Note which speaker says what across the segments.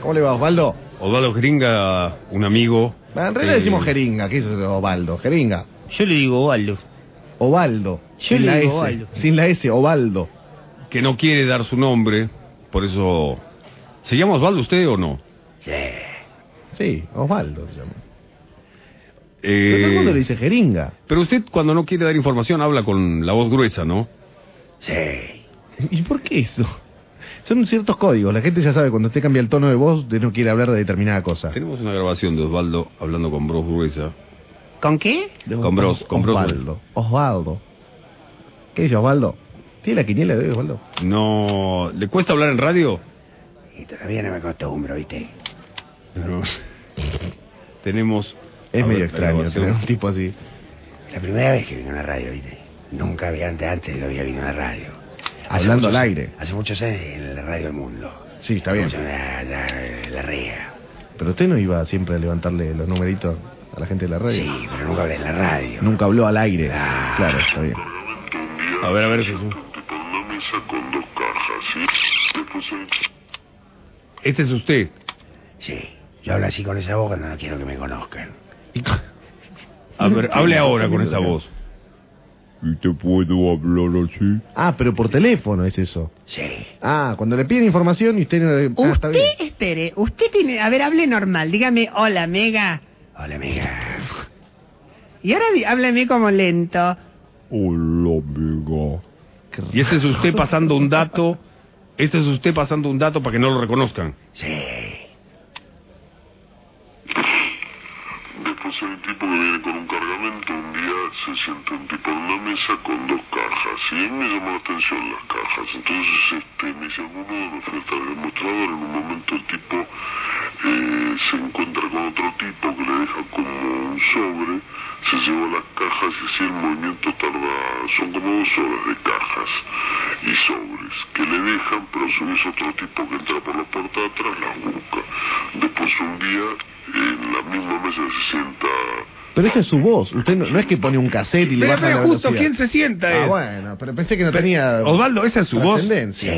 Speaker 1: ¿Cómo le va, Osvaldo?
Speaker 2: Osvaldo Jeringa, un amigo.
Speaker 1: Ah, En realidad
Speaker 2: eh,
Speaker 1: decimos jeringa. ¿Qué es eso, Osvaldo? Jeringa.
Speaker 3: Yo le digo Ovaldo.
Speaker 1: Ovaldo.
Speaker 3: Yo
Speaker 1: sin
Speaker 3: le
Speaker 1: la
Speaker 3: digo
Speaker 1: S.
Speaker 3: Ovaldo.
Speaker 1: Sin la S, Ovaldo.
Speaker 2: Que no quiere dar su nombre, por eso. ¿Se llama Osvaldo usted o no?
Speaker 1: Sí, Osvaldo se llama.
Speaker 2: Eh,
Speaker 1: Pero todo el mundo le dice jeringa.
Speaker 2: pero usted, cuando no quiere dar información, habla con la voz gruesa, ¿no? Sí.
Speaker 1: ¿Y por qué eso? Son ciertos códigos. La gente ya sabe cuando usted cambia el tono de voz, usted no quiere hablar de determinada cosa.
Speaker 2: Tenemos una grabación de Osvaldo hablando con voz gruesa.
Speaker 3: ¿Con qué?
Speaker 2: Con Bros, con Bros.
Speaker 1: Osvaldo. Osvaldo. ¿Qué es Osvaldo? ¿Tiene la quiniela de hoy, Osvaldo?
Speaker 2: No. ¿Le cuesta hablar en radio?
Speaker 3: Y todavía no me acostumbro, ¿viste?
Speaker 2: Pero- Tenemos.
Speaker 1: Es
Speaker 2: a
Speaker 1: medio
Speaker 2: ver, la
Speaker 1: extraño
Speaker 2: grabación.
Speaker 1: tener un tipo así.
Speaker 3: La primera vez que vino a la radio, ¿viste? Nunca había antes, antes lo había vino a la radio. Hace
Speaker 1: Hablando
Speaker 3: muchos-
Speaker 1: al aire.
Speaker 3: Hace muchos años en la radio del mundo.
Speaker 1: Sí, está bien.
Speaker 3: Como se llama La, la, la REA.
Speaker 1: Pero usted no iba siempre a levantarle los numeritos a la gente de la radio.
Speaker 3: Sí, pero nunca hablé en la radio.
Speaker 1: Nunca habló al aire.
Speaker 3: Ah.
Speaker 1: Claro, está bien.
Speaker 2: A ver, a ver, Jesús.
Speaker 4: con una mesa con dos cajas, ¿sí? Después el
Speaker 2: Este es usted.
Speaker 3: Sí, yo hablo así con esa voz cuando no quiero que me conozcan.
Speaker 2: A ver, hable ahora con esa voz.
Speaker 5: ¿Y te puedo hablar así?
Speaker 1: Ah, pero por teléfono es eso.
Speaker 3: Sí.
Speaker 1: Ah, cuando le piden información y usted no le... Ah, está
Speaker 6: Usted,
Speaker 1: bien.
Speaker 6: espere, usted tiene... A ver, hable normal, dígame, hola, mega.
Speaker 3: Hola, amiga.
Speaker 6: Y ahora di- hábleme como lento.
Speaker 5: Hola, amiga.
Speaker 2: Y este es usted pasando un dato. Este es usted pasando un dato para que no lo reconozcan.
Speaker 3: Sí.
Speaker 4: Después el tipo que viene con un cargamento, un día se sentó un tipo en una mesa con dos cajas, y a mí me llamó la atención las cajas. Entonces este, me dice, bueno, me fui hasta el mostrador, en un momento el tipo eh, se encuentra con otro tipo que le deja como un sobre, se lleva las cajas y así el movimiento tarda, son como dos horas de cajas y sobres que le dejan, pero a su vez otro tipo que entra por la puerta de atrás las busca. Después un día en la misma mesa se sienta
Speaker 1: Pero esa es su voz. Usted no, no es que pone un cassette y le baja la velocidad.
Speaker 2: se sienta
Speaker 1: Ah, bueno, pero pensé que no tenía...
Speaker 2: Osvaldo, esa es su voz.
Speaker 1: trascendencia.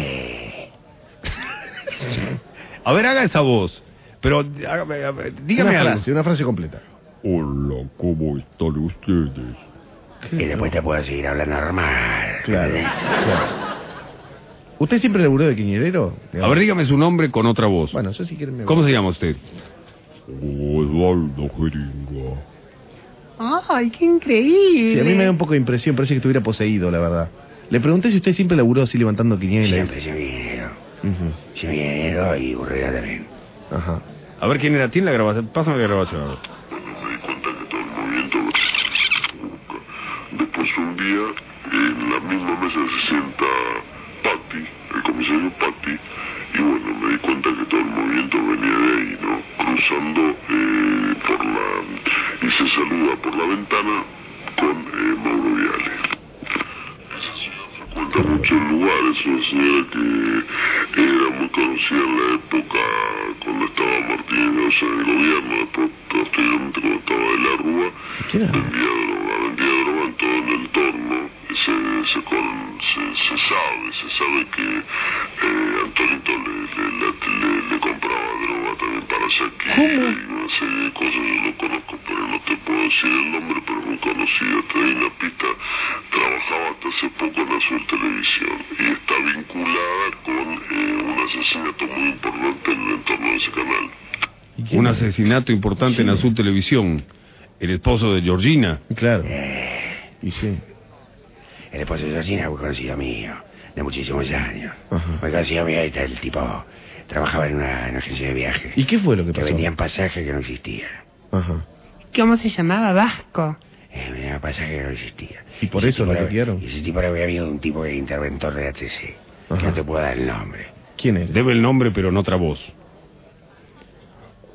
Speaker 2: A ver, haga esa voz. Pero hágame, a ver, dígame
Speaker 1: Una
Speaker 2: algo.
Speaker 1: frase, una frase completa.
Speaker 5: Hola, ¿cómo están ustedes?
Speaker 3: Y después te puedo seguir hablando normal.
Speaker 1: Claro, claro. ¿Usted siempre laburó de quiñerero?
Speaker 2: A ver, dígame su nombre con otra voz.
Speaker 1: Bueno, yo si quieren me
Speaker 2: ¿Cómo se llama usted?
Speaker 5: Osvaldo Jeringa.
Speaker 6: ¡Ay, qué
Speaker 1: Sí,
Speaker 6: increíble!
Speaker 1: a mí me da un poco de impresión, parece que estuviera poseído, la verdad. Le pregunté si usted siempre laburó así levantando quinielas.
Speaker 3: Siempre se dinero.
Speaker 1: Ujú,
Speaker 3: Se dinero y burrera también.
Speaker 1: Ajá.
Speaker 2: A ver, ¿quién era? ¿Tiene la grabación? Pásame la grabación. a ver.
Speaker 4: me di cuenta que todo el movimiento busca. Después un día, en la misma mesa se sienta Patty, el comisario Patty, y bueno, me di cuenta que todo el movimiento venía de ahí, ¿no? Cruzando eh, por la... y se saluda por la ventana con eh, Mauro Viale. Esa señora frecuenta muchos lugares, una señora que era muy conocida en la época cuando estaba Martínez Grosa en el gobierno, después posteriormente cuando estaba de la Rúa,
Speaker 1: ¿Quién era?
Speaker 4: vendía droga, vendía droga en todo el entorno, se, se, con- se, se sabe, se sabe que eh, Antonito le, le, la- le- le compraba droga también para Shakira y una serie de cosas, yo lo conozco, pero no te puedo decir el nombre, pero es muy conocido, te doy una pista, trabajaba hasta hace poco en Azul Televisión y está vinculada con eh, un asesinato muy importante en el entorno de ese canal.
Speaker 1: ¿Y quién
Speaker 2: Un
Speaker 1: era?
Speaker 2: asesinato importante en Azul Televisión. El esposo de Georgina.
Speaker 1: Claro.
Speaker 3: Eh.
Speaker 1: Y sí.
Speaker 3: El esposo de Georgina fue conocido mío, de muchísimos años.
Speaker 1: Ajá.
Speaker 3: Fue conocido mío y el tipo trabajaba en una, en una agencia de viaje.
Speaker 1: ¿Y qué fue lo que
Speaker 3: que
Speaker 1: pasó?
Speaker 3: vendían pasajes que no existían.
Speaker 1: Ajá.
Speaker 6: ¿Cómo se llamaba Vasco?
Speaker 3: Eh, vendían pasajes que no existían.
Speaker 1: ¿Y por
Speaker 3: Ese
Speaker 1: eso
Speaker 3: tipo
Speaker 1: lo
Speaker 3: era-
Speaker 1: metieron?
Speaker 3: Y ese tipo era- había habido un tipo que era interventor de ATC.
Speaker 1: Ajá.
Speaker 3: Que no te puedo dar el nombre.
Speaker 1: ¿Quién es?
Speaker 2: Debe el nombre, pero en otra voz.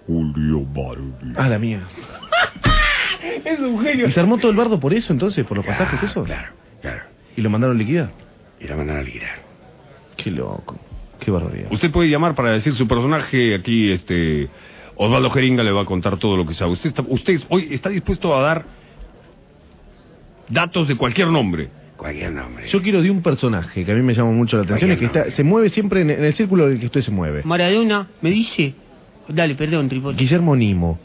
Speaker 5: Julio Barbie.
Speaker 1: Ah, la mía. es un genio. ¿Y se armó todo el bardo por eso entonces? ¿Por los pasajes
Speaker 3: Claro,
Speaker 1: eso?
Speaker 3: Claro, claro.
Speaker 1: ¿Y lo mandaron a liquidar?
Speaker 3: Y lo mandaron a liquidar.
Speaker 1: Qué loco. Qué barbaridad.
Speaker 2: Usted puede llamar para decir su personaje aquí, este Osvaldo Jeringa le va a contar todo lo que sabe. Usted está, usted es- hoy está dispuesto a dar datos de cualquier nombre.
Speaker 3: Cualquier nombre.
Speaker 1: Yo quiero de un personaje que a mí me llama mucho la atención, es que está, se mueve siempre en, en el círculo del que usted se mueve.
Speaker 6: Maradona, me dice. Dale, perdón, Tripocho.
Speaker 1: Guillermo Nimo.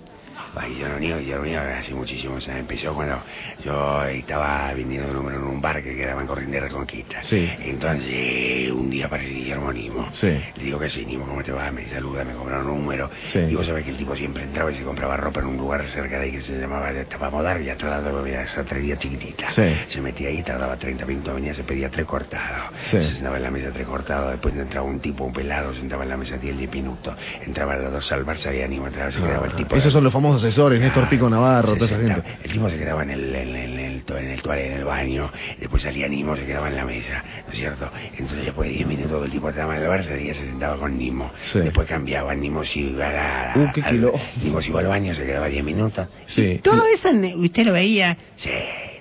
Speaker 3: Ay, yo no niego, yo no niego hace muchísimo. O sea, empezó cuando yo estaba vendiendo un número en un bar que quedaba en Corriente de Reconquista.
Speaker 1: Sí.
Speaker 3: Entonces, un día aparece Guillermo Nimo.
Speaker 1: Sí.
Speaker 3: Le digo que sí, Nimo, ¿cómo te va? Me saluda, me compra un número.
Speaker 1: Sí.
Speaker 3: Y vos sabés que el tipo siempre entraba y se compraba ropa en un lugar cerca de ahí que se llamaba Tapamodar y atrás de la satrería chiquitita.
Speaker 1: Sí.
Speaker 3: Se metía ahí, tardaba 30 minutos, venía, se pedía tres cortados.
Speaker 1: Sí.
Speaker 3: Se sentaba en la mesa tres cortados, después entraba un tipo, un pelado, se sentaba en la mesa 10 minutos. Entraba los dos al bar, se había Nimo, entraba, se quedaba el tipo.
Speaker 1: Ah, Esos son los famosos asesores, Néstor
Speaker 3: Ah,
Speaker 1: Pico Navarro,
Speaker 3: se
Speaker 1: toda esa
Speaker 3: sentaba.
Speaker 1: gente.
Speaker 3: El tipo se quedaba en el, en, en- en el, to- en el toilet, en el baño, después salía Nimo, se quedaba en la mesa, ¿no es cierto? Entonces después de 10 minutos que el tipo estaba en el bar, salía, se sentaba con Nimo.
Speaker 1: Sí.
Speaker 3: Después cambiaba, Nimo se iba a la-
Speaker 1: Uh, qué
Speaker 3: al-
Speaker 1: quiló.
Speaker 3: Nimo se iba al baño, se quedaba 10 minutos.
Speaker 1: Sí.
Speaker 6: Todo eso ne- usted lo veía.
Speaker 3: Sí,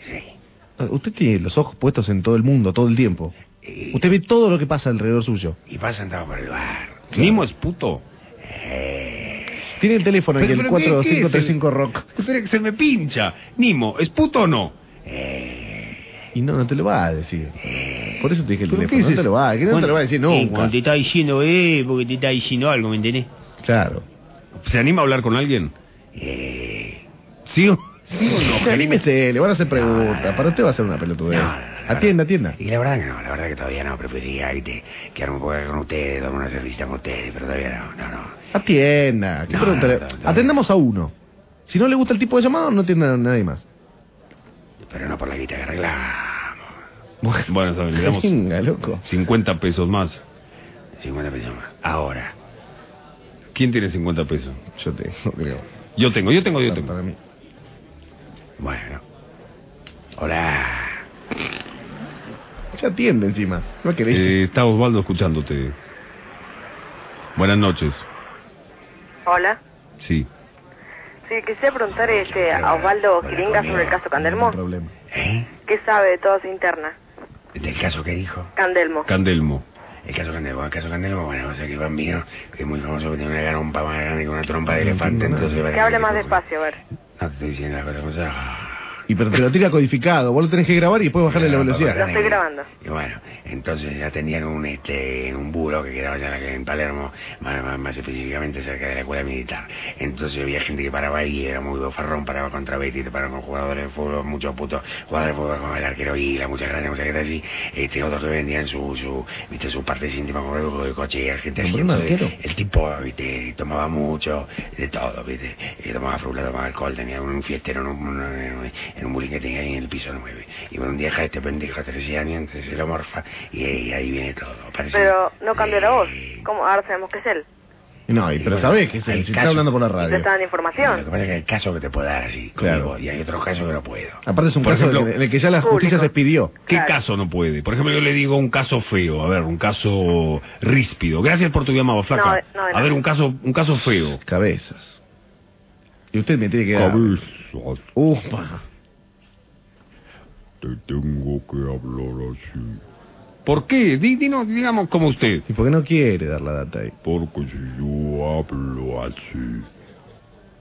Speaker 3: sí.
Speaker 1: Eh, Usted tiene los ojos puestos en todo el mundo, todo el tiempo.
Speaker 2: Eh,
Speaker 3: Y,
Speaker 1: Usted ve todo lo que pasa alrededor suyo.
Speaker 3: y pasa sentado por el bar.
Speaker 2: Nimo es puto.
Speaker 1: Tiene el teléfono aquí,
Speaker 2: Pero-
Speaker 1: el
Speaker 2: pero ¿qué- qué es
Speaker 1: 4535 Rock.
Speaker 2: Espera que se me pincha. Nimo, ¿es puto o no?
Speaker 1: Y no, no te lo va a decir. Por eso te dije el
Speaker 2: Eh, ¿Pero qué
Speaker 1: teléfono. No
Speaker 2: es
Speaker 1: te
Speaker 2: eso?
Speaker 1: lo va, que no te
Speaker 6: Bueno,
Speaker 1: lo va a decir
Speaker 6: eh,
Speaker 1: nunca.
Speaker 6: cuando te está diciendo, eh, porque te está diciendo algo, ¿me entendés?
Speaker 1: Claro.
Speaker 2: ¿Se anima a hablar con alguien?
Speaker 3: Eh,
Speaker 2: ¿Sí o, sí o no?
Speaker 1: Sí, anímese, le van a hacer preguntas.
Speaker 3: no,
Speaker 1: Para usted va a ser una
Speaker 3: no,
Speaker 1: pelotudez.
Speaker 3: no, no,
Speaker 1: Atienda, atienda.
Speaker 3: Y la verdad que no, la verdad que todavía no, preferiría irte, quedarme un poco con ustedes, tomar una cervecita con ustedes, pero todavía no, no, no.
Speaker 1: Atienda. ¿Qué
Speaker 3: No,
Speaker 1: pregunta le-
Speaker 3: no, no, no.
Speaker 1: Atendamos a uno. Si no le gusta el tipo de llamado, no atienda a nadie más.
Speaker 3: Pero no por la guita que arreglamos.
Speaker 2: Bueno, está bien, le damos
Speaker 1: Venga, loco.
Speaker 2: 50 pesos más.
Speaker 3: 50 pesos más. Ahora.
Speaker 2: ¿Quién tiene 50 pesos?
Speaker 1: Yo te no creo.
Speaker 2: Yo tengo, yo tengo, yo
Speaker 1: Para-
Speaker 2: tengo.
Speaker 1: para mí.
Speaker 3: Bueno. Hola.
Speaker 1: Ya atiende encima. No querés.
Speaker 2: Eh, está Osvaldo escuchándote. Buenas noches.
Speaker 7: Hola.
Speaker 2: Sí.
Speaker 7: Sí, quisiera preguntar este, a Osvaldo
Speaker 3: Hola,
Speaker 7: Giringa
Speaker 3: conmigo.
Speaker 7: sobre el caso
Speaker 1: ningún
Speaker 7: Candelmo.
Speaker 1: problema.
Speaker 3: ¿Eh?
Speaker 7: ¿Qué sabe de toda su interna?
Speaker 3: ¿Del caso que dijo?
Speaker 7: Candelmo.
Speaker 2: Candelmo.
Speaker 3: El caso Candelmo. El caso Candelmo, bueno, o sea que bambino, que es muy famoso, que tiene una garompa más grande que una trompa de
Speaker 1: No
Speaker 3: elefante,
Speaker 1: entiendo
Speaker 3: entonces...
Speaker 7: Que hable más despacio, a ver.
Speaker 3: No te estoy diciendo las cosas como son.
Speaker 1: Y pero te lo tira codificado. Vos lo tenés que grabar y después bajarle la
Speaker 3: Una garompa
Speaker 1: velocidad.
Speaker 3: más grande
Speaker 7: Lo estoy
Speaker 3: que-
Speaker 7: grabando.
Speaker 3: Y bueno, entonces ya tenían un este un buro que quedaba allá en Palermo, más, más- más específicamente cerca de la escuela militar. Entonces había gente que paraba ahí, era muy bofarrón, paraba contra Betty, te paraban con jugadores de fútbol, muchos putos jugadores de fútbol como el arquero y la mucha grande, mucha gente así, este, otros que vendían su, su, viste, sus partes íntimas con el co- el coche y la gente así.
Speaker 1: Hombre, un
Speaker 3: Entonces,
Speaker 1: arquero.
Speaker 3: el tipo, viste, tomaba mucho, de todo, viste, Eh, tomaba frula, tomaba alcohol, tenía un fiestero en un, en un- en un bullying que tenía ahí en el piso 9. Y bueno, un día deja este pendejo, 13 años, entonces se lo morfa, y, ahí- ahí viene todo. Parece-
Speaker 7: Pero no cambió la voz.
Speaker 3: Eh,
Speaker 7: ¿Cómo? Ahora sabemos que es él.
Speaker 1: No, y,
Speaker 3: Y
Speaker 1: pero
Speaker 3: bueno,
Speaker 1: sabés que es él,
Speaker 3: hay
Speaker 1: si
Speaker 3: casos.
Speaker 1: está hablando por la
Speaker 7: Y te
Speaker 1: radio.
Speaker 7: estaban
Speaker 3: Lo que
Speaker 7: información.
Speaker 3: pasa es que hay casos que te puedo dar así, con
Speaker 1: Claro.
Speaker 3: mi voz, y hay otros casos que no puedo.
Speaker 1: Aparte es un
Speaker 2: Por
Speaker 1: caso
Speaker 2: ejemplo,
Speaker 1: en el que ya la justicia
Speaker 7: público.
Speaker 1: se expidió.
Speaker 2: ¿Qué
Speaker 7: Claro.
Speaker 2: caso no puede? Por ejemplo, yo le digo un caso feo, a ver, un caso ríspido. Gracias por tu llamado,
Speaker 7: No,
Speaker 2: flaca.
Speaker 7: de- no, de
Speaker 2: a ver,
Speaker 7: nada.
Speaker 2: un caso, un caso feo.
Speaker 1: Cabezas. Y usted me tiene que dar...
Speaker 5: Cabezas,
Speaker 1: Ufa.
Speaker 5: te tengo que hablar así.
Speaker 2: ¿Por qué? Di- dinos, digamos como usted.
Speaker 1: ¿Y por qué no quiere dar la data ahí?
Speaker 5: Porque si yo hablo así,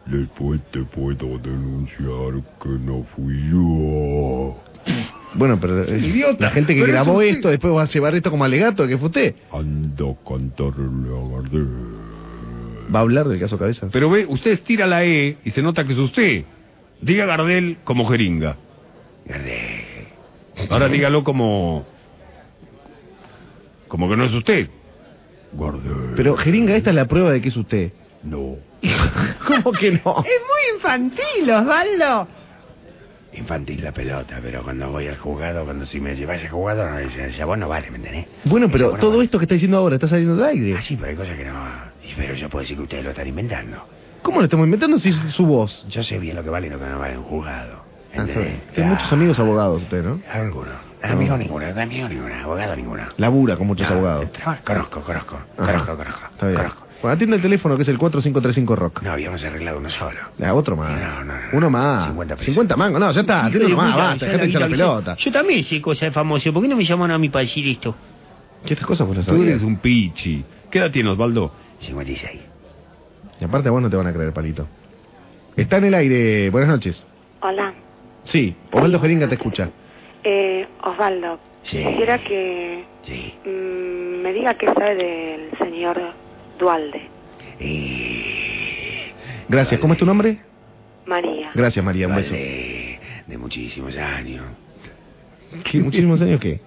Speaker 5: después te puedo denunciar que no fui yo.
Speaker 1: Bueno, pero eh,
Speaker 2: Idiota,
Speaker 1: la gente que
Speaker 2: pero
Speaker 1: grabó
Speaker 2: es usted.
Speaker 1: esto después va a llevar esto como alegato, que fue usted.
Speaker 5: Anda a cantarle a Gardel.
Speaker 1: Va a hablar del caso Cabezas.
Speaker 2: Pero ve, usted estira la E y se nota que es usted. Diga Gardel como jeringa.
Speaker 3: Grande.
Speaker 2: Ahora dígalo como... Como que no es usted.
Speaker 5: Gardel.
Speaker 1: Pero, Jeringa, esta es la prueba de que es usted.
Speaker 5: No.
Speaker 1: ¿Cómo que no?
Speaker 6: Es muy infantil, Osvaldo.
Speaker 3: Infantil la pelota, pero cuando voy al juzgado, cuando si me llevas al juzgado, no, el jabón no vale, ¿me entendés?
Speaker 1: Bueno,
Speaker 3: El
Speaker 1: pero
Speaker 3: jabón no
Speaker 1: todo
Speaker 3: vale.
Speaker 1: esto que está diciendo ahora está saliendo del aire.
Speaker 3: Ah, sí, pero hay cosas que no. Y- Pero yo puedo decir que ustedes lo están inventando.
Speaker 1: ¿Cómo lo estamos inventando si es su voz?
Speaker 3: Yo sé bien lo que vale y lo que no vale un juzgado.
Speaker 1: Ah, está bien.
Speaker 3: ¿entendés?
Speaker 1: Tiene muchos amigos abogados usted, ¿no?
Speaker 3: Alguno. Amigo ninguno, amigo ninguno, abogado ninguno.
Speaker 1: Labura con muchos
Speaker 3: No,
Speaker 1: abogados.
Speaker 3: traba- Conozco, conozco,
Speaker 1: Ajá.
Speaker 3: conozco, conozco.
Speaker 1: Está bien.
Speaker 3: Conozco.
Speaker 1: Bueno, atienda el teléfono que es el 4535 Rock.
Speaker 3: No, habíamos arreglado uno solo.
Speaker 1: Ah, otro más.
Speaker 3: No, no, no.
Speaker 1: Uno más.
Speaker 3: 50 pesos.
Speaker 1: mangos. Ah, No, ya está. Tiene uno más.
Speaker 6: Mira,
Speaker 1: Basta.
Speaker 6: ya
Speaker 1: Dejate
Speaker 6: la
Speaker 1: echar la
Speaker 6: vida,
Speaker 1: pelota.
Speaker 6: Yo también sé cosas de famoso. ¿Por qué no me llamaron a mí para decir esto?
Speaker 1: Che, estas cosas vos las
Speaker 2: Tú eres
Speaker 1: sabías.
Speaker 2: un pichi. ¿Qué edad tiene Osvaldo?
Speaker 3: 56.
Speaker 1: Y aparte a vos no te van a creer, palito. Está en el aire. Buenas noches.
Speaker 8: Hola,
Speaker 1: Sí. Osvaldo Jeringa te escucha.
Speaker 8: eh, Osvaldo.
Speaker 3: Sí.
Speaker 8: Quisiera que
Speaker 3: Sí.
Speaker 8: mm, me diga qué sabe del señor Dualde.
Speaker 3: Y...
Speaker 1: Gracias. ¿Cómo es tu nombre?
Speaker 8: María.
Speaker 1: Gracias, María. Un beso.
Speaker 3: Vale, de muchísimos años.
Speaker 1: ¿Qué, ¿Muchísimos años qué?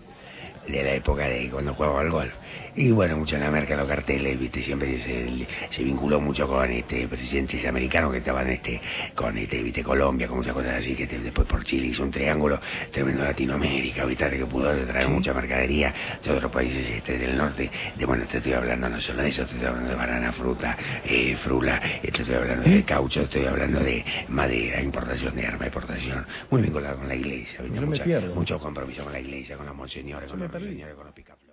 Speaker 3: de la época de cuando jugaba al golf. Y bueno, mucho en la marca, los carteles, viste, siempre se, se vinculó mucho con este presidentes americanos que estaban este, con este, viste, Colombia, con muchas cosas así, que te- después por Chile hizo un triángulo tremendo Latinoamérica, viste, que pudo traer mucha mercadería de otros países este, del norte. De bueno, te estoy hablando no solo de eso, te estoy hablando de banana, fruta, eh, frula, eh, te estoy hablando de caucho, estoy hablando de madera, importación de arma, exportación, muy vinculado con la iglesia, viste,
Speaker 1: Yo me
Speaker 3: mucha-
Speaker 1: pierdo.
Speaker 3: mucho compromiso con la iglesia, con los monseñores, con los monseñores, con los picaflores.